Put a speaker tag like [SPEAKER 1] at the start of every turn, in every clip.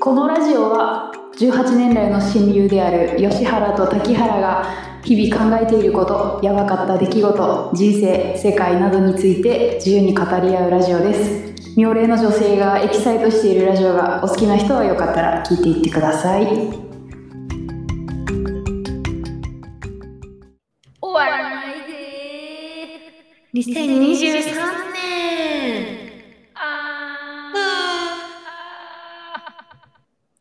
[SPEAKER 1] このラジオは18年来の親友である吉原と滝原が日々考えていることやばかった出来事人生世界などについて自由に語り合うラジオです妙齢の女性がエキサイトしているラジオがお好きな人はよかったら聞いていってください
[SPEAKER 2] 終わらないで
[SPEAKER 3] 2023年
[SPEAKER 2] あー
[SPEAKER 3] は
[SPEAKER 2] あ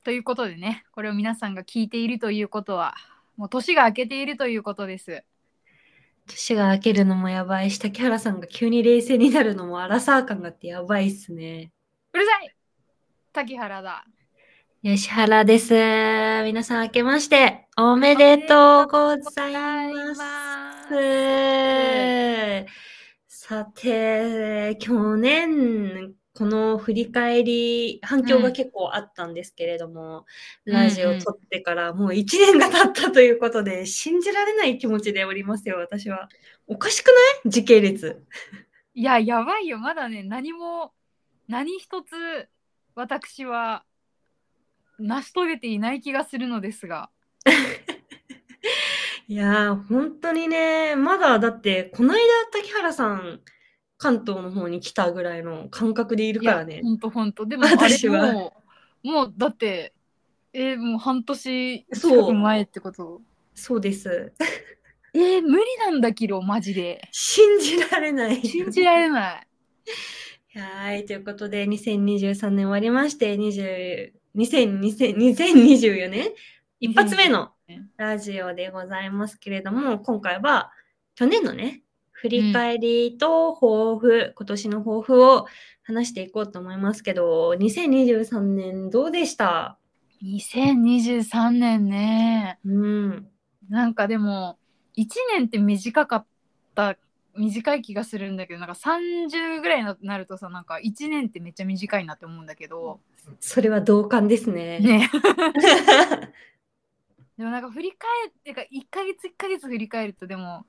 [SPEAKER 2] ーということでねこれを皆さんが聞いているということはもう年が明けているということです
[SPEAKER 3] 年が明けるのもやばいし竹原さんが急に冷静になるのもアラサー感があってやばいっすね
[SPEAKER 2] うるさい滝原だ
[SPEAKER 3] 吉原です皆さん明けましておめでとうございますさて去年この振り返り反響が結構あったんですけれど
[SPEAKER 2] う
[SPEAKER 3] も、
[SPEAKER 2] ん
[SPEAKER 3] ラジオ撮ってからもう1年が経ったということで、信じられない気持ちでおりますよ私はおかしくない時系列
[SPEAKER 2] いややばいよまだね何も何一つ私は成し遂げていない気がするのですが
[SPEAKER 3] いやー、本当にね、まだだって、この間、滝原さん、関東の方に来たぐらいの感覚でいるからね
[SPEAKER 2] いや。ほんとほんとでも
[SPEAKER 3] 私は
[SPEAKER 2] あれもうもうだってえーもう半年
[SPEAKER 3] そう
[SPEAKER 2] 近く前ってこと
[SPEAKER 3] そうです。
[SPEAKER 2] えー無理なんだけどマジで
[SPEAKER 3] 信じられない。
[SPEAKER 2] 信じられない
[SPEAKER 3] はい、ということで、2023年終わりまして、20 2020 2024年一発目の
[SPEAKER 2] 年
[SPEAKER 3] ラジオでございますけれども、今回は去年のね、振り返りと抱負、今年の抱負を話していこうと思いますけど、2023年どうでした
[SPEAKER 2] 2023年ね
[SPEAKER 3] うん。
[SPEAKER 2] なんかでも1年って短かった短い気がするんだけどなんか30ぐらいになるとさなんか1年ってめっちゃ短いなって思うんだけど
[SPEAKER 3] それは同感ですね。
[SPEAKER 2] ね でもなんか振り返ってか1ヶ月1ヶ月振り返るとでも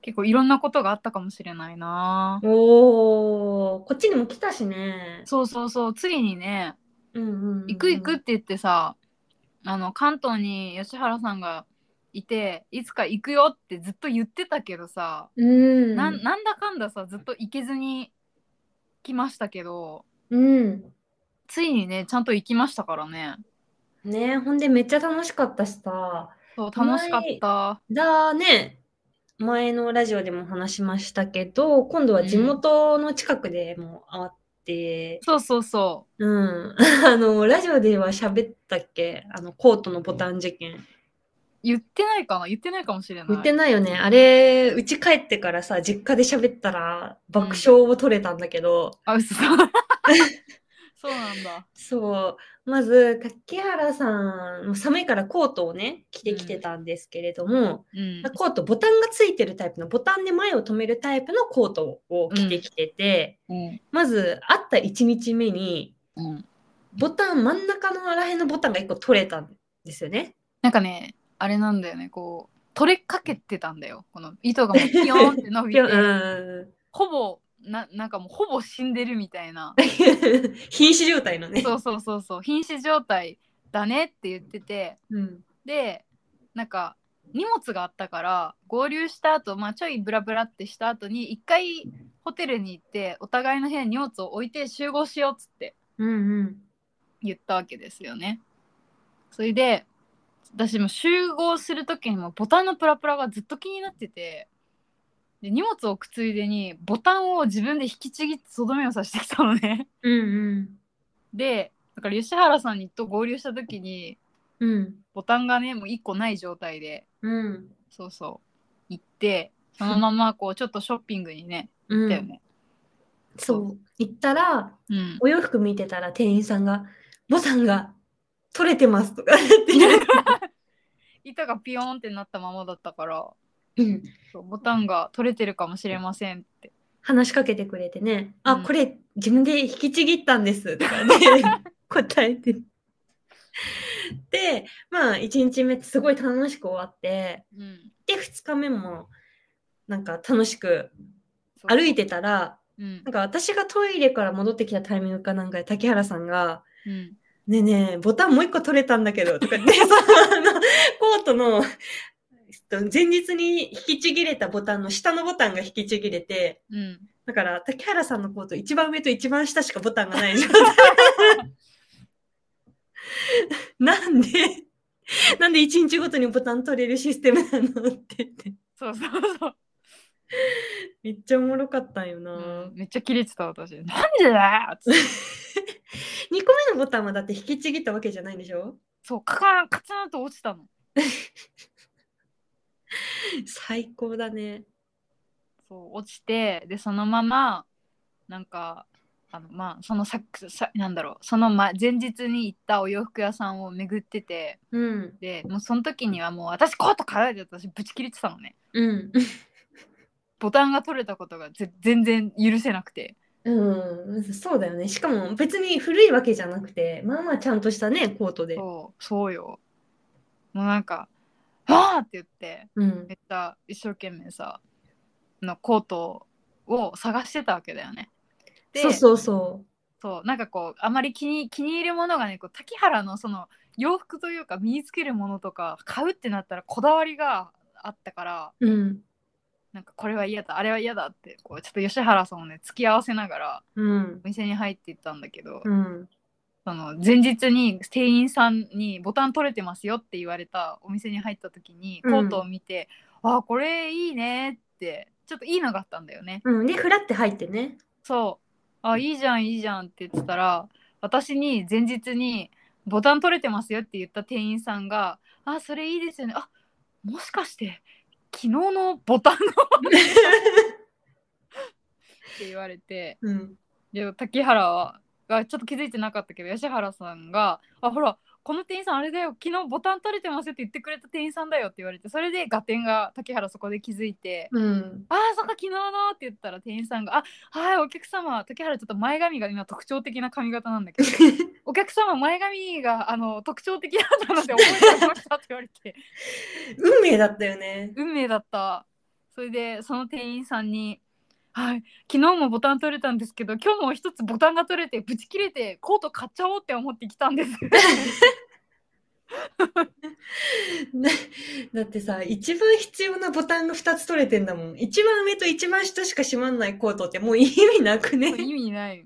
[SPEAKER 2] 結構いろんなことがあったかもしれないな
[SPEAKER 3] おー、こっちにも来たしね。
[SPEAKER 2] そうそうそうついにね
[SPEAKER 3] うんうんうん
[SPEAKER 2] 行く行くって言ってさあの関東に吉原さんがいていつか行くよってずっと言ってたけどさ、
[SPEAKER 3] うん。
[SPEAKER 2] ななんだかんださずっと行けずに来ましたけど
[SPEAKER 3] うん。
[SPEAKER 2] ついにねちゃんと行きましたからね
[SPEAKER 3] ねほんでめっちゃ楽しかったしさ。
[SPEAKER 2] そう楽しかった
[SPEAKER 3] だね。前のラジオでも話しましたけど、今度は地元の近くでも会って、
[SPEAKER 2] そうそうそ
[SPEAKER 3] うん。 あの、ラジオでは喋ったっけあの、コートのボタン事件。
[SPEAKER 2] う言ってないかな言ってないかもしれない
[SPEAKER 3] 言ってないよね。あれ、うち帰ってからさ、実家で喋ったら爆笑を取れたんだけど、
[SPEAKER 2] あ 嘘そうなんだ
[SPEAKER 3] そう、まず、竹原さん、もう寒いからコートをね、着てきてたんですけれども、
[SPEAKER 2] うん
[SPEAKER 3] コート、ボタンがついてるタイプの、ボタンで前を止めるタイプのコートを着てきてて、
[SPEAKER 2] うん
[SPEAKER 3] まず、会った1日目に、
[SPEAKER 2] うん
[SPEAKER 3] ボタン、真ん中のあらへんのボタンが1個取れたんですよね。
[SPEAKER 2] なんかねあれなんだよねこう取れかけてたんだよこの糸がもうピヨーンって伸び
[SPEAKER 3] いや、
[SPEAKER 2] て
[SPEAKER 3] うん。
[SPEAKER 2] ほぼななんかもうほぼ死んでるみたい な
[SPEAKER 3] 瀕死状態のね。
[SPEAKER 2] そうそうそうそう瀕死状態だねって言ってて
[SPEAKER 3] うん。
[SPEAKER 2] でなんか荷物があったから合流した後、まあちょいブラブラってした後に一回ホテルに行ってお互いの部屋に荷物を置いて集合しようっつって
[SPEAKER 3] うんうん。
[SPEAKER 2] 言ったわけですよね。それで私も集合する時にもボタンのプラプラがずっと気になっててで荷物を置くついでにボタンを自分で引きちぎってとどめを刺してきたのね。
[SPEAKER 3] うん
[SPEAKER 2] でだから吉原さんにと合流した時に
[SPEAKER 3] うん。うん。
[SPEAKER 2] ボタンがねもう1個ない状態で
[SPEAKER 3] うん。
[SPEAKER 2] そうそう行ってそのままこうちょっとショッピングにね行
[SPEAKER 3] う
[SPEAKER 2] ったよ
[SPEAKER 3] ん、
[SPEAKER 2] ね。
[SPEAKER 3] そう行ったら
[SPEAKER 2] うん、
[SPEAKER 3] お洋服見てたら店員さんが「ボタンが取れてます」とか言って
[SPEAKER 2] 糸がピヨーンってなったままだったから
[SPEAKER 3] うん
[SPEAKER 2] そうボタンが取れてるかもしれませんって。
[SPEAKER 3] 話しかけてくれてね「
[SPEAKER 2] う
[SPEAKER 3] あ
[SPEAKER 2] ん
[SPEAKER 3] これ自分で引きちぎったんです」とかね答えてで、まあ、1日目すごい楽しく終わって、
[SPEAKER 2] うん、
[SPEAKER 3] で、2日目も、なんか楽しく歩い
[SPEAKER 2] て、
[SPEAKER 3] てたら、
[SPEAKER 2] うん
[SPEAKER 3] なんか私がトイレから戻ってきたタイミングかなんかで、竹原さんが、
[SPEAKER 2] うん、
[SPEAKER 3] ねえねえ、ボタンもう一個取れたんだけど、とか言って、 その、あのコートの、えっと前日に引きちぎれたボタンの下のボタンが引きちぎれて、
[SPEAKER 2] うん、
[SPEAKER 3] だから、竹原さんのコート、一番上と一番下しかボタンがない状態。 なんで、なんで一日ごとにボタン取れるシステムなのって言って。
[SPEAKER 2] そうそうそう、
[SPEAKER 3] めっちゃおもろかったんよな。
[SPEAKER 2] うん、めっちゃキレてた私なんでだよっつって
[SPEAKER 3] 2個目のボタンはだって引きちぎったわけじゃないんでしょ
[SPEAKER 2] そうカカンカチャンと落ちたの
[SPEAKER 3] 最高だね。
[SPEAKER 2] そう落ちてでそのままなんかあのまあそのささなんだろうその前前日に行ったお洋服屋さんを巡ってて
[SPEAKER 3] うん。
[SPEAKER 2] でもうその時にはもう私コートからで私ぶち切れてたのね
[SPEAKER 3] うん。
[SPEAKER 2] ボタンが取れたことがぜ全然許せなくて
[SPEAKER 3] うん、そうだよね。しかも別に古いわけじゃなくて、まあまあちゃんとしたね、コートで。
[SPEAKER 2] そうそうよもうなんか「ああ!」って言って
[SPEAKER 3] うん
[SPEAKER 2] め。っちゃ一生懸命さのコートを探してたわけだよねで
[SPEAKER 3] そうそうそ
[SPEAKER 2] そうなんかこうあまり気に気に入るものがねこう滝原のその洋服というか身につけるものとか買うってなったらこだわりがあったから
[SPEAKER 3] う。うん。
[SPEAKER 2] なんかこれは嫌だあれは嫌だってこうちょっと吉原さんをね付き合わせながら
[SPEAKER 3] うん。
[SPEAKER 2] お店に入っていったんだけど、
[SPEAKER 3] うん。
[SPEAKER 2] その前日に店員さんに「ボタン取れてますよ」って言われたお店に入った時にコ
[SPEAKER 3] うん
[SPEAKER 2] ートを見て「ああこれいいね」ってちょっといいのがあったんだよね。
[SPEAKER 3] うん、で、フラって入ってね。
[SPEAKER 2] そう。あ、いいじゃん、いいじゃんって言ってたら、私に前日にボタン取れてますよって言った店員さんが、あ、それいいですよね。あ、もしかして、昨日のボタンの って言われて、
[SPEAKER 3] うん。
[SPEAKER 2] で、滝原は、がちょっと気づいてなかったけど、吉原さんが、あ、ほら、この店員さんあれだよ、昨日ボタン取れてますよって言ってくれた店員さんだよって言われて、それでガテンが滝原そこで気づいて、
[SPEAKER 3] うん。
[SPEAKER 2] あーそっか昨日のって言ったら店員さんが「あはいお客様竹原ちょっと前髪が今特徴的な髪型なんだけどお客様前髪があの特徴的だったので覚えてました」って言われて
[SPEAKER 3] 運命だったよね。
[SPEAKER 2] 運命だったそれでその店員さんに「はい昨日もボタン取れたんですけど今日も一つボタンが取れてブチ切れてコート買っちゃおうって思ってきたん です」
[SPEAKER 3] な だってさ、一番必要なボタンが2つ取れてんだもん。一番上と一番下しか閉まんないコートってもう意味なくね。
[SPEAKER 2] 意味ない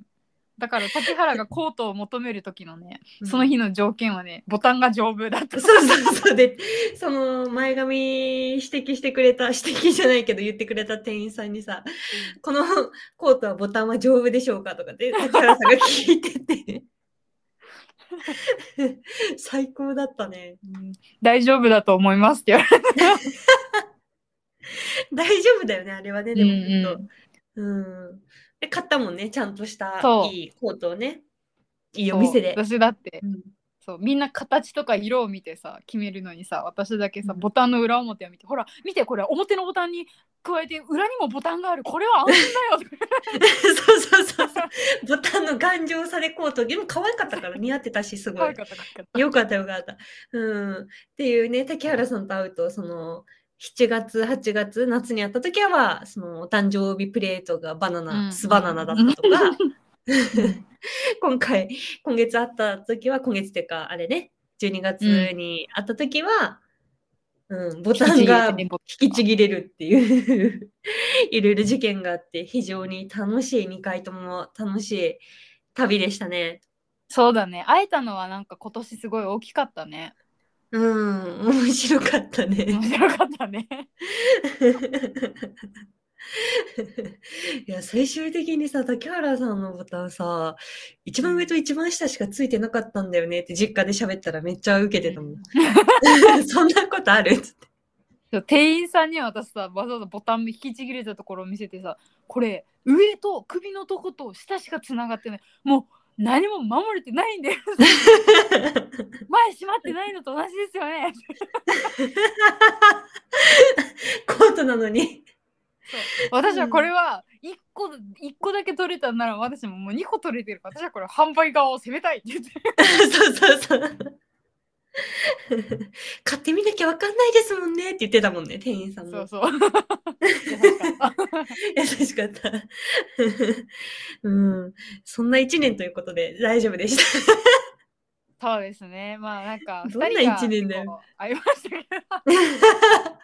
[SPEAKER 2] だから竹原がコートを求める時のね
[SPEAKER 3] うん
[SPEAKER 2] その日の条件はねボタンが丈夫だった
[SPEAKER 3] そうそうそう。で、その前髪指摘してくれた、指摘じゃないけど言ってくれた店員さんにさ、このコートはボタンは丈夫でしょうかとかって、竹原さんが聞いてて。最高だったね。
[SPEAKER 2] 大丈夫だと思いますって言われて
[SPEAKER 3] 大丈夫だよね、あれはね、でもきっと。うん。で、買ったもんね、ちゃんとした
[SPEAKER 2] そう
[SPEAKER 3] いいコートをね。いいお店で
[SPEAKER 2] そ。う私だって
[SPEAKER 3] うん
[SPEAKER 2] そうみんな形とか色を見てさ決めるのにさ私だけさ
[SPEAKER 3] うん
[SPEAKER 2] ボタンの裏表を見て、ほら見てこれ表のボタンに加えて裏にもボタンがあるこれは安心だよ
[SPEAKER 3] そうそうそうそう。ボタンの頑丈さでコート。でも可愛かったから似合ってたし、すご
[SPEAKER 2] 可
[SPEAKER 3] い
[SPEAKER 2] 愛。かった可愛か った
[SPEAKER 3] よかったよかった。うん。っていうね、竹原さんと会うと、その、7月、8月、夏に会った時は、その、お誕生日プレートがバナ
[SPEAKER 2] うん
[SPEAKER 3] ナ、酢バナナだったとか、 今回、今月会った時は、今月っていうか、あれね、12月に会った時は、うん、ボタンが
[SPEAKER 2] 引
[SPEAKER 3] 引きちぎれるっていう いろいろ事件があって非常に楽しい2回とも楽しい旅でしたね。
[SPEAKER 2] そうだね会えたのはなんか今年すごい大きかったね
[SPEAKER 3] うん面白かった
[SPEAKER 2] 面
[SPEAKER 3] ね。
[SPEAKER 2] 白かったね
[SPEAKER 3] いや最終的にさ竹原さんのボタンさ一番上と一番下しかついてなかったんだよねって実家で喋ったらめっちゃ受けてたも ん。そんなことあるっつって。
[SPEAKER 2] そう店員さんには私さわざわざボタン引きちぎれたところを見せてさこれ上と首のとこと下しかつながってないもう何も守れてないんだよ 前閉まってないのと同じですよね
[SPEAKER 3] コートなのに。
[SPEAKER 2] 私はこれは1個一個だけ取れたんなら私ももう2個取れてるから私はこれ販売側を責めたいって言って
[SPEAKER 3] そうそうそう。買ってみなきゃわかんないですもんねって言ってたもんね、店員さん
[SPEAKER 2] そ
[SPEAKER 3] も
[SPEAKER 2] う。そう。 優しかった
[SPEAKER 3] 優しかった。うん。そんな一年ということで大丈夫でした。
[SPEAKER 2] そうですね。まあなん か、
[SPEAKER 3] どんな
[SPEAKER 2] 二人が
[SPEAKER 3] 一年だよ
[SPEAKER 2] こう。ありましたけど。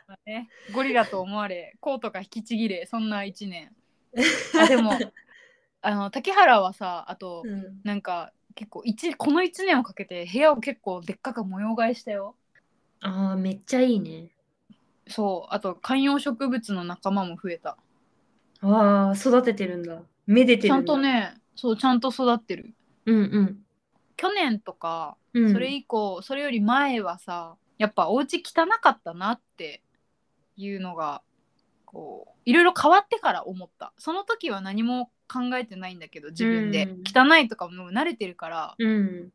[SPEAKER 2] まあ ね、ゴリラと思われ、コートが引きちぎれ、そんな一 年。あでも、あの、竹原はさ、あと、
[SPEAKER 3] うん
[SPEAKER 2] なんか、結構一この1年をかけて部屋を結構でっかく模様替えしたよ。
[SPEAKER 3] ああ、めっちゃいいね。
[SPEAKER 2] そうあと観葉植物の仲間も増えた
[SPEAKER 3] ああ、育ててるんだ。めでて
[SPEAKER 2] ち
[SPEAKER 3] る
[SPEAKER 2] ゃ
[SPEAKER 3] だ
[SPEAKER 2] んと。ねそうちゃんと育ってる
[SPEAKER 3] うん
[SPEAKER 2] 去年とか、
[SPEAKER 3] うん。うん、
[SPEAKER 2] それ以降それより前はさやっぱお家汚かったなっていうのがこういろいろ変わってから思ったその時は何も考えてないんだけど自分で、
[SPEAKER 3] うん
[SPEAKER 2] 汚いとかもう慣れてるから
[SPEAKER 3] うん。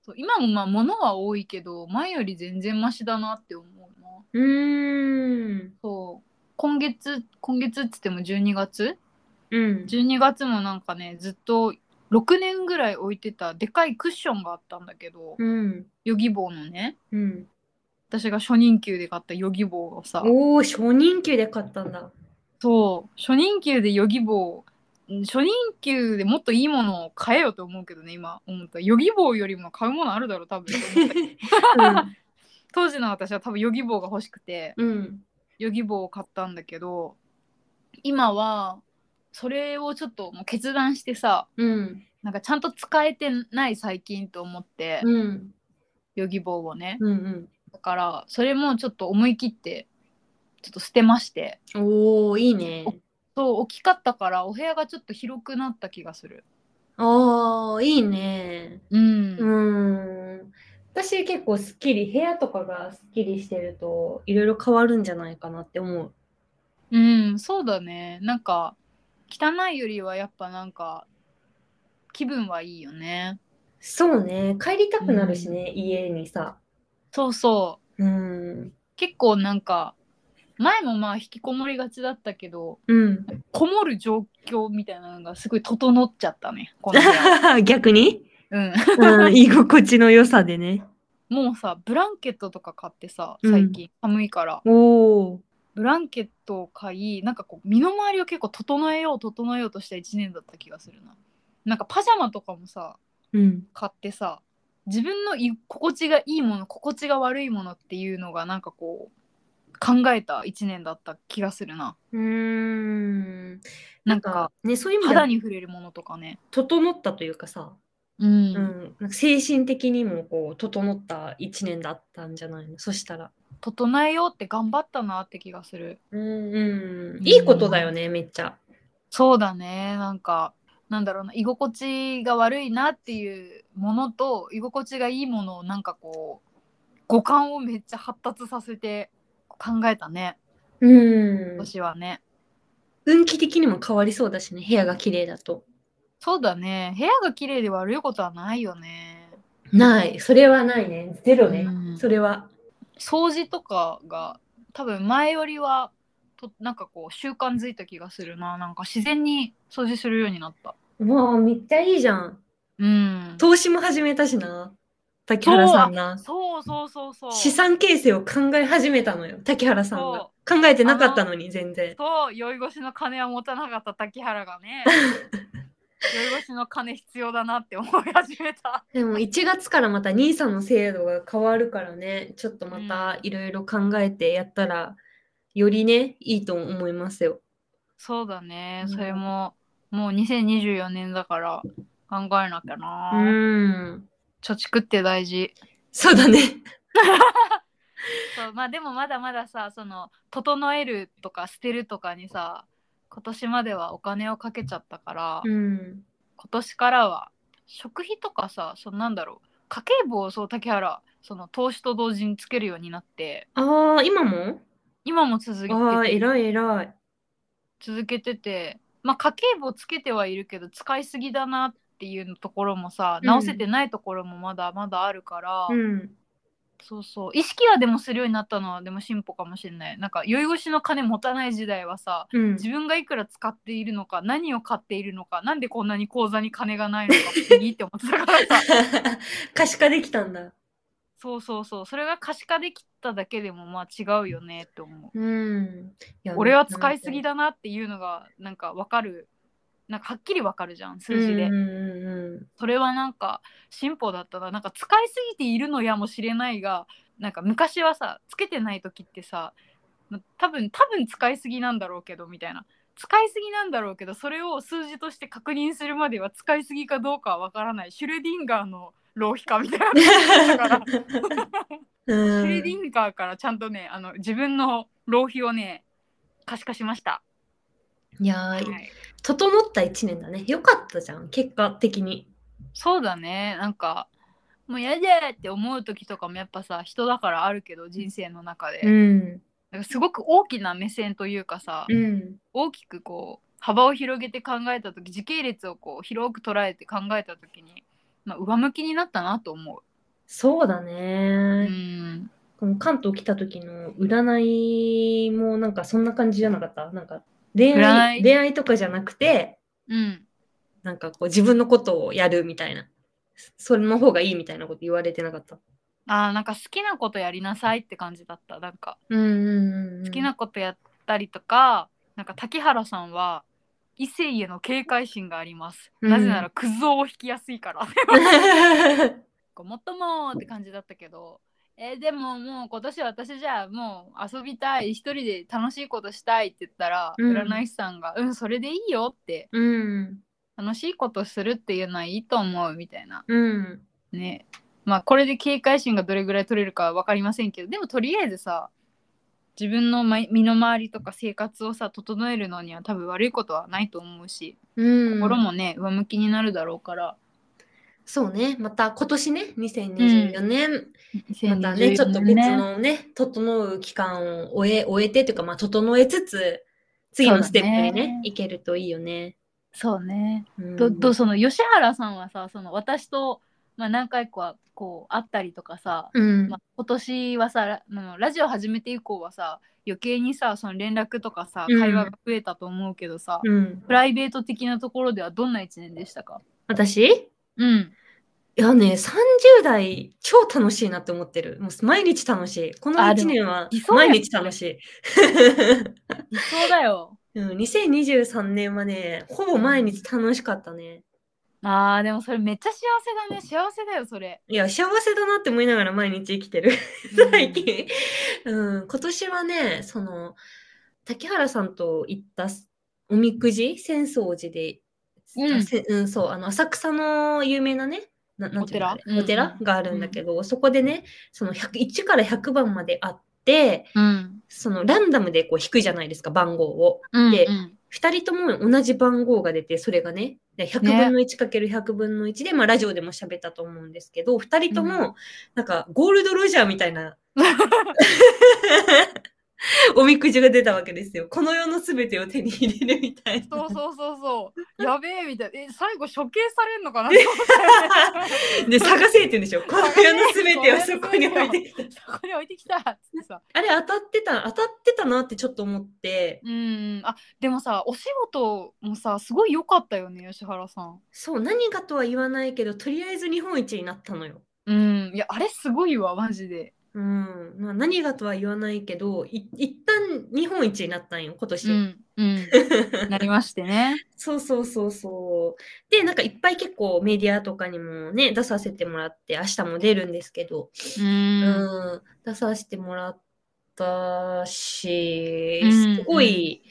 [SPEAKER 2] そう今もまあ物は多いけど前より全然マシだなって思うな
[SPEAKER 3] うーん。
[SPEAKER 2] そう今月今月っつっても12月
[SPEAKER 3] うん。
[SPEAKER 2] 12月もなんかねずっと6年ぐらい置いてたでかいクッションがあったんだけど、
[SPEAKER 3] うん。
[SPEAKER 2] ヨギボーのね
[SPEAKER 3] うん。
[SPEAKER 2] 私が初任給で買ったヨギボーをさ
[SPEAKER 3] おお、初任給で買ったんだ。
[SPEAKER 2] そう初任給でヨギボーうん初任給でもっといいものを買えよと思うけどね今思ったヨギボーよりも買うものあるだろ多 分当時の私は多分ヨギボーが欲しくて
[SPEAKER 3] うん。うん。
[SPEAKER 2] ヨギボーを買ったんだけど今はそれをちょっともう決断してさ
[SPEAKER 3] うん。
[SPEAKER 2] なんかちゃんと使えてない最近と思って、
[SPEAKER 3] うん。
[SPEAKER 2] ヨギボーをね
[SPEAKER 3] うん。
[SPEAKER 2] だからそれもちょっと思い切ってちょっと捨てまして
[SPEAKER 3] おお、いいね。
[SPEAKER 2] そう大きかったからお部屋がちょっと広くなった気がする
[SPEAKER 3] ああ、いいね。
[SPEAKER 2] うん、
[SPEAKER 3] うーん。私結構すっきり、部屋とかがすっきりしてると、いろいろ変わるんじゃないかなって思う。
[SPEAKER 2] うん、そうだねなんか汚いよりはやっぱなんか気分はいいよね
[SPEAKER 3] そうね。帰りたくなるしね、家にさ。
[SPEAKER 2] そうそう
[SPEAKER 3] うん。
[SPEAKER 2] 結構なんか前もまあ引きこもりがちだったけど
[SPEAKER 3] うん。
[SPEAKER 2] こもる状況みたいなのがすごい整っちゃったねこの部屋
[SPEAKER 3] 逆に、
[SPEAKER 2] うん
[SPEAKER 3] うん、居心地の良さでね。
[SPEAKER 2] もうさブランケットとか買ってさ
[SPEAKER 3] うん
[SPEAKER 2] 最近、寒いから
[SPEAKER 3] おお。
[SPEAKER 2] ブランケットを買いなんかこう身の回りを結構整えよう整えようとした1年だった気がするななんかパジャマとかもさ
[SPEAKER 3] うん。
[SPEAKER 2] 買ってさ自分の居心地がいいもの心地が悪いものっていうのがなんかこう考えた1年だった気がするな
[SPEAKER 3] うーん。
[SPEAKER 2] なんか、
[SPEAKER 3] ね、そういう意味で
[SPEAKER 2] 肌
[SPEAKER 3] は
[SPEAKER 2] に触れるものとかね
[SPEAKER 3] 整ったというかさ、
[SPEAKER 2] うん、
[SPEAKER 3] うん、なんか精神的にもこう整った一年だったんじゃないのそしたら。
[SPEAKER 2] 整えようって頑張ったなって気がする
[SPEAKER 3] うん、うん、いいことだよね、めっちゃ。
[SPEAKER 2] そうだねなんかなんだろうな居心地が悪いなっていうものと居心地がいいものをなんかこう五感をめっちゃ発達させて考えたね
[SPEAKER 3] うん。
[SPEAKER 2] 私はね、
[SPEAKER 3] 運気的にも変わりそうだしね、部屋が綺麗だと。
[SPEAKER 2] そうだね部屋が綺麗で悪いことはないよね
[SPEAKER 3] ない、それはないね。ゼロね、
[SPEAKER 2] うん
[SPEAKER 3] それは。
[SPEAKER 2] 掃除とかが多分前よりはとなんかこう習慣づいた気がするななんか自然に掃除するようになった
[SPEAKER 3] わあ、めっちゃいいじゃん。
[SPEAKER 2] うん
[SPEAKER 3] 投資も始めたしな、竹原さんな。
[SPEAKER 2] そうそうそうそう
[SPEAKER 3] 資産形成を考え始めたのよ、竹原さんが。考えてなかったのに、全然。
[SPEAKER 2] そう酔い越しの金は持たなかった滝原が ね酔い越しの金必要だなって思い始めた
[SPEAKER 3] でも1月からまた NISA の制度が変わるからね、ちょっとまた
[SPEAKER 2] うん
[SPEAKER 3] いろいろ考えてやったら、よりね、いいと思いますよ。
[SPEAKER 2] そうだね、
[SPEAKER 3] うん
[SPEAKER 2] それももう2024年だから考えなきゃな、
[SPEAKER 3] うん。
[SPEAKER 2] 貯蓄って大事
[SPEAKER 3] そうだね。
[SPEAKER 2] そうまあでもまだまださその整えるとか捨てるとかにさ今年まではお金をかけちゃったから、
[SPEAKER 3] うん。
[SPEAKER 2] 今年からは食費とかさそのなんだろう家計簿をそう竹原その投資と同時につけるようになって
[SPEAKER 3] ああ、今も
[SPEAKER 2] 今も続けて
[SPEAKER 3] ああ、
[SPEAKER 2] て
[SPEAKER 3] 偉い偉い。
[SPEAKER 2] 続けてて、まあ、家計簿つけてはいるけど使いすぎだなっていうところもさ
[SPEAKER 3] うん
[SPEAKER 2] 直せてないところもまだまだあるから、
[SPEAKER 3] うん。
[SPEAKER 2] そうそう意識はでもするようになったのはでも進歩かもしれないなんか酔い越しの金持たない時代はさ
[SPEAKER 3] うん。
[SPEAKER 2] 自分がいくら使っているのか何を買っているのかなんでこんな に口座に金がないのか不思議って思ってたからさ
[SPEAKER 3] 可視化できたんだ。
[SPEAKER 2] そうそうそうそれが可視化できただけでもまあ違うよねって思う
[SPEAKER 3] うん。いや
[SPEAKER 2] 俺は使いすぎだなっていうのがなんかわかるなんかはっきりわかるじゃん数字で、
[SPEAKER 3] うんうんうん
[SPEAKER 2] それはなんか進歩だったななんか使いすぎているのやもしれないがなんか昔はさつけてない時ってさま多分多分使いすぎなんだろうけどみたいな使いすぎなんだろうけどそれを数字として確認するまでは使いすぎかどうかはわからないシュレディンガーの浪費家みたいなだから シ
[SPEAKER 3] うん。
[SPEAKER 2] ュレディンガーからちゃんとねあの自分の浪費をね可視化しました。
[SPEAKER 3] いや
[SPEAKER 2] は
[SPEAKER 3] ー、
[SPEAKER 2] い
[SPEAKER 3] 整った一年だね。よかったじゃん、結果的に。
[SPEAKER 2] そうだねなんかもうやだって思う時とかもやっぱさ人だからあるけど人生の中で、
[SPEAKER 3] ん。
[SPEAKER 2] なんかすごく大きな目線というかさ、
[SPEAKER 3] うん。
[SPEAKER 2] 大きくこう幅を広げて考えた時時系列をこう広く捉えて考えた時に、まあ、上向きになったなと思
[SPEAKER 3] そうだ
[SPEAKER 2] う。う
[SPEAKER 3] ね。
[SPEAKER 2] ん
[SPEAKER 3] この関東来た時の占いもなんかそんな感じじゃなかったなんか恋
[SPEAKER 2] 占
[SPEAKER 3] 愛
[SPEAKER 2] い
[SPEAKER 3] 恋愛とかじゃなくて、
[SPEAKER 2] うん
[SPEAKER 3] なんかこう自分のことをやるみたいな。それの方がいいみたいなこと言われてなかった。
[SPEAKER 2] あーなんか好きなことやりなさいって感じだったなんか
[SPEAKER 3] うんうんうん。
[SPEAKER 2] 好きなことやったりとか、なんか滝原さんは異性への警戒心があります、
[SPEAKER 3] うん
[SPEAKER 2] なぜならクズ男を引きやすいからごもっともーって感じだったけど、えーでももう今年私じゃあもう遊びたい一人で楽しいことしたいって言ったら、
[SPEAKER 3] うん
[SPEAKER 2] 占い師さんが「うんそれでいいよ」って
[SPEAKER 3] うん。
[SPEAKER 2] 楽しいことするっていうのはいいと思うみたいな
[SPEAKER 3] うん。
[SPEAKER 2] ねまあこれで警戒心がどれぐらい取れるかは分かりませんけどでもとりあえずさ自分のま身の回りとか生活をさ整えるのには多分悪いことはないと思うし
[SPEAKER 3] うん。
[SPEAKER 2] 心もね上向きになるだろうから
[SPEAKER 3] そうね。また今年ね、2024年。またね、ちょっと別のね、整う期間を終え、終えてというか、まあ、整えつつ、次のステップに
[SPEAKER 2] そうだ
[SPEAKER 3] ね
[SPEAKER 2] ね、
[SPEAKER 3] いけるといいよね。
[SPEAKER 2] そうね
[SPEAKER 3] うん
[SPEAKER 2] ととその吉原さんはさその私と、まあ、何回かこう会ったりとかさ、
[SPEAKER 3] うん
[SPEAKER 2] まあ、今年はさラあのラジオ始めて以降はさ余計にさその連絡とかさ
[SPEAKER 3] うん
[SPEAKER 2] 会話が増えたと思うけどさ、
[SPEAKER 3] うん。
[SPEAKER 2] プライベート的なところではどんな一年でしたか
[SPEAKER 3] 私い
[SPEAKER 2] うん
[SPEAKER 3] やね、30代、超楽しいなって思ってる。もう毎日楽しい。この
[SPEAKER 2] あ
[SPEAKER 3] 1年は
[SPEAKER 2] でも理、想だよ
[SPEAKER 3] 毎
[SPEAKER 2] ね
[SPEAKER 3] 日楽しい。
[SPEAKER 2] 理想だよ
[SPEAKER 3] うん、2023年はね、ほぼ毎日楽しかったね。
[SPEAKER 2] あーでもそれめっちゃ幸せだね幸せだよそれ
[SPEAKER 3] いや、幸せだなって思いながら毎日生きてる。最近、 うん、今年はねその竹原さんと行ったすおみくじ浅草寺で、
[SPEAKER 2] うん
[SPEAKER 3] せうん、そうあの浅草の有名なねななんていうのあれ
[SPEAKER 2] お寺
[SPEAKER 3] お寺、
[SPEAKER 2] うんうん
[SPEAKER 3] があるんだけど、そこでねその100 1から100番まであって
[SPEAKER 2] うん
[SPEAKER 3] そのランダムでこう引くじゃないですか番号を。
[SPEAKER 2] うん
[SPEAKER 3] で
[SPEAKER 2] うん
[SPEAKER 3] 2人とも同じ番号が出てそれがねで100分の 1×100 分の1で、まあ、ラジオでも喋ったと思うんですけど2人と
[SPEAKER 2] う
[SPEAKER 3] もなんかゴールドロジャーみたい なおみくじが出たわけですよこの世の全てを手に入れるみたいな
[SPEAKER 2] そうそうそうそうやべえみたいなえ最後処刑されんの かなって思ったよね
[SPEAKER 3] で探せって言うんでしょこの世の全てをそこに置いてきた
[SPEAKER 2] そこに置いてきたっつってさ
[SPEAKER 3] あれ当たってた当たってたなってちょっと思って
[SPEAKER 2] うんあでもさお仕事もさすごい良かったよね吉原さん
[SPEAKER 3] そう何かとは言わないけどとりあえず日本一になったのよ
[SPEAKER 2] うんいやあれすごいわマジで
[SPEAKER 3] うんまあ、何がとは言わないけどい一旦日本一になったんよ今年、
[SPEAKER 2] うんうんなりましてね
[SPEAKER 3] そうそうそうそうでなんかいっぱい結構メディアとかにもね出させてもらって明日も出るんですけ
[SPEAKER 2] う
[SPEAKER 3] ど、うん
[SPEAKER 2] ん
[SPEAKER 3] 出させてもらったし
[SPEAKER 2] うん
[SPEAKER 3] すごい、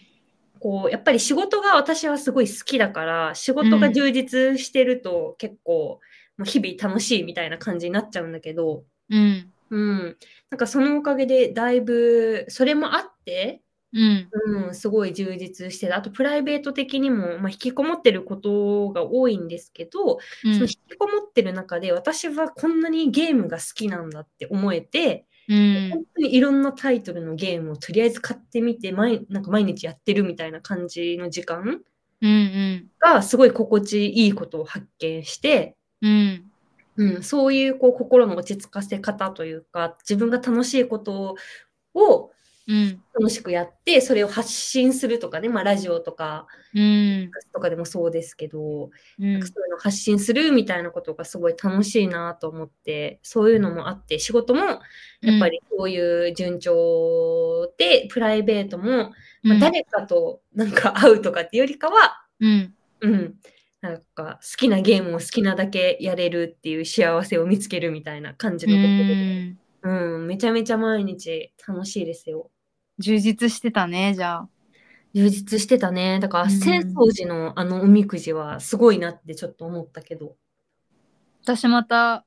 [SPEAKER 3] こうやっぱり仕事が私はすごい好きだから仕事が充実してると結構、もう日々楽しいみたいな感じになっちゃうんだけど、
[SPEAKER 2] うん
[SPEAKER 3] うん、なんかそのおかげでだいぶそれもあって、
[SPEAKER 2] うん
[SPEAKER 3] うん、すごい充実してたあとプライベート的にも、まあ、引きこもってることが多いんですけど、
[SPEAKER 2] う
[SPEAKER 3] その
[SPEAKER 2] ん
[SPEAKER 3] 引きこもってる中で私はこんなにゲームが好きなんだって思えて、
[SPEAKER 2] うん
[SPEAKER 3] 本当にいろんなタイトルのゲームをとりあえず買ってみて毎なんか毎日やってるみたいな感じの時間
[SPEAKER 2] うん
[SPEAKER 3] がすごい心地いいことを発見して、
[SPEAKER 2] うん
[SPEAKER 3] うん、そういうこう心の落ち着かせ方というか自分が楽しいことを
[SPEAKER 2] うん。
[SPEAKER 3] 楽しくやって、それを発信するとかね、まあ、ラジオとか、
[SPEAKER 2] うん。
[SPEAKER 3] とかでもそうですけど、
[SPEAKER 2] うん
[SPEAKER 3] そういうの発信するみたいなことがすごい楽しいなと思って、そういうのもあって、仕事もやっぱりそういう順調で、プライベートも、まあ、誰かとなんか会うとかっていうよりかは、
[SPEAKER 2] うん。
[SPEAKER 3] うん、なんか好きなゲームを好きなだけやれるっていう幸せを見つけるみたいな感じ
[SPEAKER 2] う
[SPEAKER 3] のことで、
[SPEAKER 2] ん。
[SPEAKER 3] うん、めちゃめちゃ毎日楽しいですよ。
[SPEAKER 2] 充実してたね、じゃあ。
[SPEAKER 3] 充実してたね。だから、
[SPEAKER 2] うん
[SPEAKER 3] 浅草寺のあのおみくじはすごいなってちょっと思ったけど。
[SPEAKER 2] 私また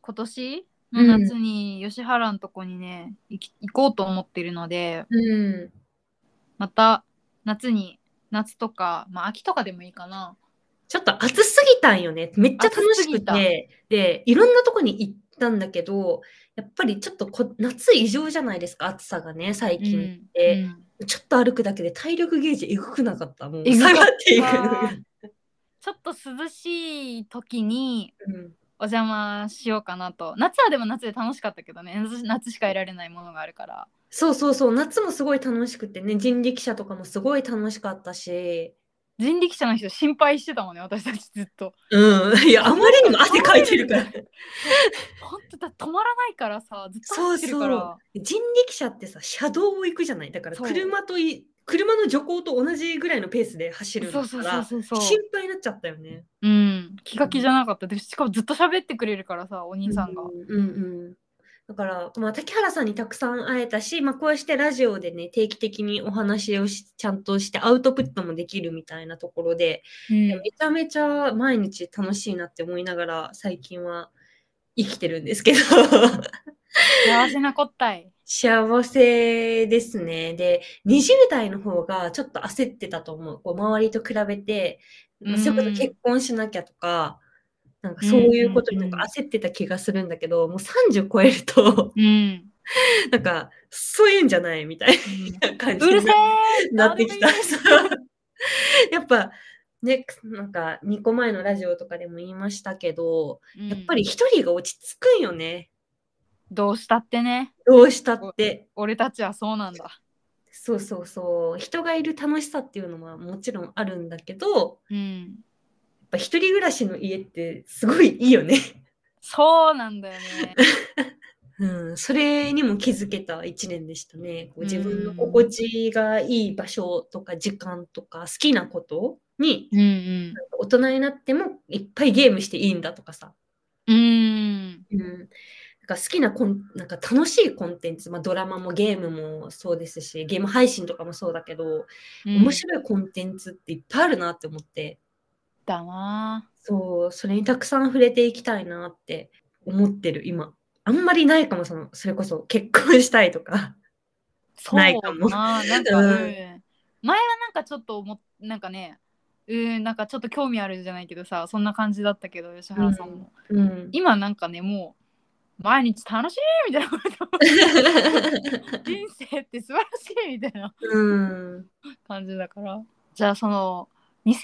[SPEAKER 2] 今年の夏に吉原のとこにね、行き行こうと思ってるので、
[SPEAKER 3] うん。
[SPEAKER 2] また夏に、夏とか、まあ秋とかでもいいかな。
[SPEAKER 3] ちょっと暑すぎたんよね。めっちゃ楽し
[SPEAKER 2] 暑す
[SPEAKER 3] く
[SPEAKER 2] ぎた
[SPEAKER 3] て。で、いろんなとこに行ったんだけど、やっぱりちょっとこ夏異常じゃないですか、暑さがね、最
[SPEAKER 2] う
[SPEAKER 3] 近。
[SPEAKER 2] ん
[SPEAKER 3] え
[SPEAKER 2] うん
[SPEAKER 3] ちょっと歩くだけで体力ゲージえぐくなかった。もう
[SPEAKER 2] えぐか
[SPEAKER 3] 下
[SPEAKER 2] った
[SPEAKER 3] がっていくの
[SPEAKER 2] あ
[SPEAKER 3] が
[SPEAKER 2] ー。ちょっと涼しい時に
[SPEAKER 3] うん
[SPEAKER 2] お邪魔しようかなと。夏はでも夏で楽しかったけどね、夏夏しかいられないものがあるから。
[SPEAKER 3] そうそうそう、夏もすごい楽しくてね、人力車とかもすごい楽しかったし、
[SPEAKER 2] 人力車の人心配してたもんね、私たちずっ と。
[SPEAKER 3] うん、いや、あまりにも汗かいてるから。
[SPEAKER 2] 本当だ、止まらないからさ、ずっと走ってるか
[SPEAKER 3] そうそ
[SPEAKER 2] ら。
[SPEAKER 3] 人力車ってさ、車道を行くじゃない。だから
[SPEAKER 2] そう
[SPEAKER 3] 車とい、車の徐行と同じぐらいのペースで走るん
[SPEAKER 2] そう
[SPEAKER 3] だか
[SPEAKER 2] そうそう
[SPEAKER 3] ら、
[SPEAKER 2] そうそう。
[SPEAKER 3] 心配になっちゃったよね。
[SPEAKER 2] うん、気が気じゃなかったでしかもずっと喋ってくれるからさお兄さんが
[SPEAKER 3] う、んうんだから、まあ、竹原さんにたくさん会えたし、まあ、こうしてラジオでね、定期的にお話をしちゃんとしてアウトプットもできるみたいなところで、
[SPEAKER 2] うん
[SPEAKER 3] めちゃめちゃ毎日楽しいなって思いながら、最近は生きてるんですけど。
[SPEAKER 2] 幸せなこったい
[SPEAKER 3] 幸せですね。で、20代の方がちょっと焦ってたと思う。こう周りと比べて、まあ
[SPEAKER 2] うん
[SPEAKER 3] それこそ結婚しなきゃとか、なんかそういうことになんか
[SPEAKER 2] うんうん
[SPEAKER 3] 焦ってた気がするんだけど、もう30超えると、
[SPEAKER 2] うん、
[SPEAKER 3] なんか、そういうんじゃないみたいな感
[SPEAKER 2] う
[SPEAKER 3] じに
[SPEAKER 2] るせえ
[SPEAKER 3] なってきた。
[SPEAKER 2] 誰
[SPEAKER 3] そうやっぱ、ね、なんか2個前のラジオとかでも言いましたけど、
[SPEAKER 2] うん
[SPEAKER 3] やっぱり一人が落ち着くんよね。
[SPEAKER 2] どうしたってね
[SPEAKER 3] どうしたって。
[SPEAKER 2] 俺たちはそうなんだ
[SPEAKER 3] そうそうそう人がいる楽しさっていうのはもちろんあるんだけど
[SPEAKER 2] うん
[SPEAKER 3] やっぱ一人暮らしの家ってすごいいいよね、
[SPEAKER 2] そうなんだよね
[SPEAKER 3] うん、それにも気づけた1年でしたねこう自分の心地がいい場所とか時間とか好きなことに
[SPEAKER 2] うんうん
[SPEAKER 3] 大人になってもいっぱいゲームしていいんだとかさ、
[SPEAKER 2] うん
[SPEAKER 3] うん、なんか好きなコンなんか楽しいコンテンツ、まあ、ドラマもゲームもそうですしゲーム配信とかもそうだけど、面
[SPEAKER 2] い
[SPEAKER 3] 白いコンテンツっていっぱいあるなって思って。
[SPEAKER 2] だな
[SPEAKER 3] そう、それにたくさん触れていきたいなって思ってる、今。あんまりないかも、その、それこそ結婚したいとか。
[SPEAKER 2] そう
[SPEAKER 3] ないかも
[SPEAKER 2] ななんか、
[SPEAKER 3] う
[SPEAKER 2] うんん、前はなんかちょっと思っなんかねうんなんかちょっと興味あるじゃないけどさそんな感じだったけど吉原さんも、
[SPEAKER 3] うん。
[SPEAKER 2] 今なんかねもう毎日楽しいみたいな人生って素晴らしいみたいな
[SPEAKER 3] うん。
[SPEAKER 2] 感じだからじゃあその2000、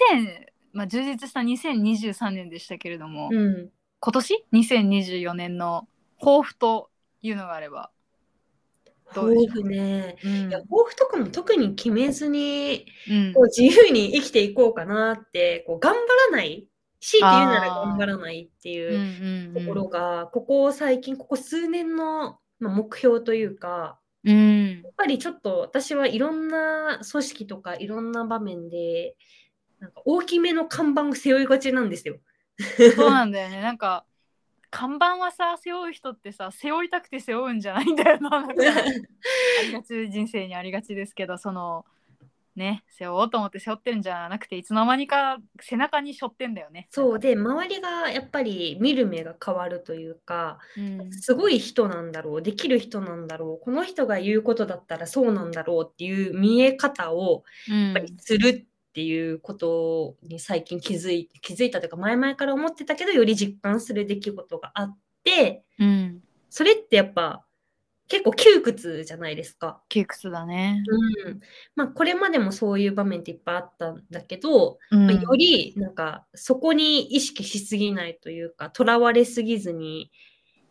[SPEAKER 2] まあ、充実した2023年でしたけれども、
[SPEAKER 3] うん。
[SPEAKER 2] 今年2024年の抱負というのがあれば、どうでしょう
[SPEAKER 3] 抱負ね。
[SPEAKER 2] うん
[SPEAKER 3] いや抱負とかも特に決めずに、
[SPEAKER 2] うん
[SPEAKER 3] こう自由に生きていこうかなって、こう頑張らない。強いて言うなら
[SPEAKER 2] あー
[SPEAKER 3] 頑張らないって
[SPEAKER 2] うん
[SPEAKER 3] い
[SPEAKER 2] う
[SPEAKER 3] う
[SPEAKER 2] ん
[SPEAKER 3] ところが、ここ最近、ここ数年のまあ目標というか、
[SPEAKER 2] うん
[SPEAKER 3] やっぱりちょっと私はいろんな組織とかいろんな場面でなんか大きめの看板を背負いがちなんですよ。
[SPEAKER 2] そうなんだよねなんか看板はさ背負う人ってさ背負いたくて背負うんじゃないんだよななんかありがち人生にありがちですけどそのね背負おうと思って背負ってるんじゃなくていつの間にか背中に背負ってんだよね
[SPEAKER 3] そうで周りがやっぱり見る目が変わるというか
[SPEAKER 2] うん
[SPEAKER 3] すごい人なんだろうできる人なんだろうこの人が言うことだったらそうなんだろうっていう見え方を
[SPEAKER 2] うん
[SPEAKER 3] やっぱりするっていうことに最近気づい気づいたというか前々から思ってたけどより実感する出来事があって
[SPEAKER 2] うん
[SPEAKER 3] それってやっぱ結構窮屈じゃないですか。
[SPEAKER 2] 窮屈だね
[SPEAKER 3] うんまあ、これまでもそういう場面っていっぱいあったんだけど、
[SPEAKER 2] うん
[SPEAKER 3] まあよりなんかそこに意識しすぎないというかとらわれすぎずに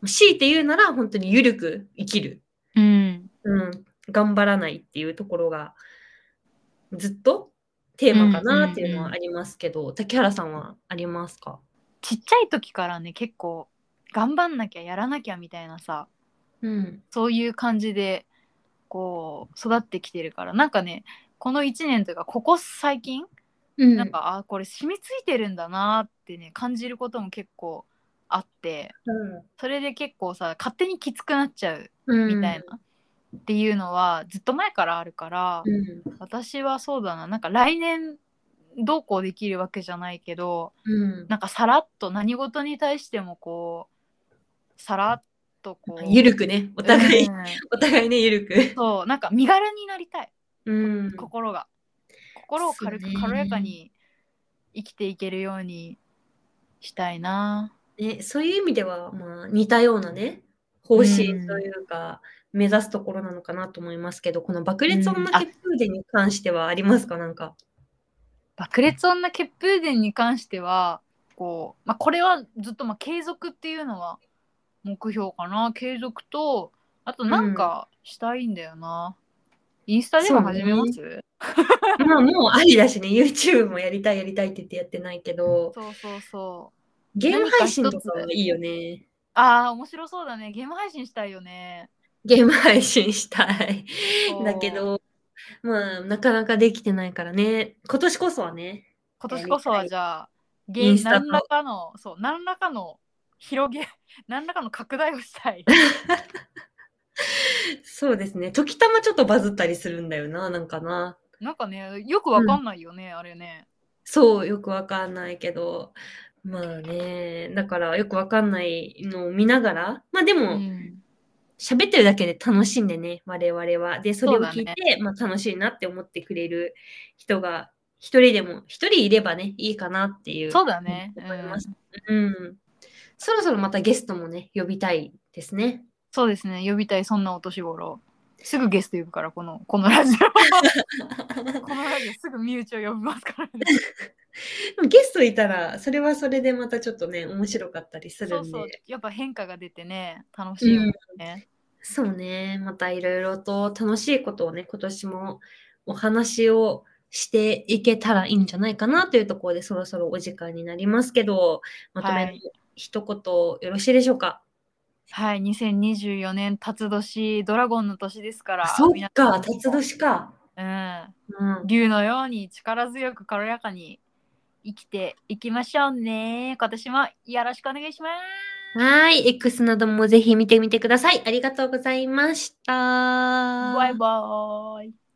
[SPEAKER 3] 強いて言うなら本当にゆるく生きる、
[SPEAKER 2] うん
[SPEAKER 3] うん、頑張らないっていうところがずっとテーマかなっていうのはありますけど、竹原さんはありますか
[SPEAKER 2] ちっちゃい時からね結構頑張んなきゃやらなきゃみたいなさ
[SPEAKER 3] うん。
[SPEAKER 2] そういう感じでこう育ってきてるからなんかねこの1年というかここ最近、
[SPEAKER 3] うん
[SPEAKER 2] なんかあこれ染みついてるんだなってね感じることも結構あってそれで結構さ勝手にきつくなっちゃう
[SPEAKER 3] うん、
[SPEAKER 2] みたいな、っていうのはずっと前からあるから、
[SPEAKER 3] うん。
[SPEAKER 2] 私はそうだななんか来年どうこうできるわけじゃないけど
[SPEAKER 3] うん。
[SPEAKER 2] なんかさらっと何事に対してもこうさらっとこう
[SPEAKER 3] ゆるくね、お互い、
[SPEAKER 2] うん
[SPEAKER 3] お互いね、ゆるく。
[SPEAKER 2] そうなんか身軽になりたい、
[SPEAKER 3] うん。
[SPEAKER 2] 心が心を軽
[SPEAKER 3] そう
[SPEAKER 2] く
[SPEAKER 3] ね
[SPEAKER 2] 軽やかに生きていけるようにしたいな
[SPEAKER 3] ね、そういう意味では、まあ、似たようなね、方
[SPEAKER 2] う
[SPEAKER 3] 針
[SPEAKER 2] ん
[SPEAKER 3] というか、目指すところなのかなと思いますけど、この爆裂音
[SPEAKER 2] うんあ
[SPEAKER 3] 負けプーデに関してはありますかなんか。
[SPEAKER 2] 爆裂女血風伝に関してはこう、まあ、これはずっとまあ継続っていうのは目標かな継続とあとなんかしたいんだよな、インスタでも始めますそう,、
[SPEAKER 3] まあ、もうありだしね、YouTube もやりたい、やりたいって言ってやってないけど、
[SPEAKER 2] そうそうそう
[SPEAKER 3] ゲーム配信と
[SPEAKER 2] 何
[SPEAKER 3] か
[SPEAKER 2] か一つ
[SPEAKER 3] はいいよね。
[SPEAKER 2] あー面白そうだねゲーム配信したいよね
[SPEAKER 3] ゲーム配信したい。
[SPEAKER 2] そう
[SPEAKER 3] だけど、まあ、なかなかできてないからね。今年こそはね。
[SPEAKER 2] 今年こそはじゃあゲ
[SPEAKER 3] イン
[SPEAKER 2] ー
[SPEAKER 3] スタと
[SPEAKER 2] 何らかのそう何らかの広げ 何らかの拡大をしたい
[SPEAKER 3] そうですね。時たまちょっとバズったりするんだよな、なんかな。
[SPEAKER 2] なんかねよくわかんないよね、あれね
[SPEAKER 3] そう、よくわかんないけど。まあね、だからよくわかんないのを見ながら、まあで
[SPEAKER 2] う
[SPEAKER 3] も、
[SPEAKER 2] ん
[SPEAKER 3] 喋ってるだけで楽しんでね、我々は。で、それ
[SPEAKER 2] そう
[SPEAKER 3] を
[SPEAKER 2] だね
[SPEAKER 3] 聞いて、まあ楽しいなって思ってくれる人が、一人でも、一人いればね、いいかなっていう。
[SPEAKER 2] そうだね、う
[SPEAKER 3] 思い
[SPEAKER 2] ん
[SPEAKER 3] ますうん。そろそろまたゲストもね、呼びたいで すね。
[SPEAKER 2] そうですね呼びたいそんなお年頃すぐゲスト呼ぶからこのこのラジオ このラジオすぐ身内を呼びますからね
[SPEAKER 3] でもゲストいたら、それはそれでまたちょっとね、面白かったり
[SPEAKER 2] そ
[SPEAKER 3] するん
[SPEAKER 2] う
[SPEAKER 3] で。
[SPEAKER 2] そうやっぱ変化が出てね楽しいよね、
[SPEAKER 3] そうね、またいろいろと楽しいことをね、今年もお話をしていけたらいいんじゃないかなというところで、そろそろお時間になりますけど、まとめ
[SPEAKER 2] は
[SPEAKER 3] の
[SPEAKER 2] い
[SPEAKER 3] 一言よろしいでしょうか。
[SPEAKER 2] はい2024年辰年ドラゴンの年ですから
[SPEAKER 3] そ
[SPEAKER 2] 皆
[SPEAKER 3] っ
[SPEAKER 2] さ
[SPEAKER 3] か、
[SPEAKER 2] ん
[SPEAKER 3] 辰年か。
[SPEAKER 2] うん
[SPEAKER 3] うん、
[SPEAKER 2] 竜のように力強く軽やかに生きていきましょうね。今年もよろしくお願いします。
[SPEAKER 3] はい、X などもぜひ見てみてください。ありがとうございました。
[SPEAKER 2] バイバーイ。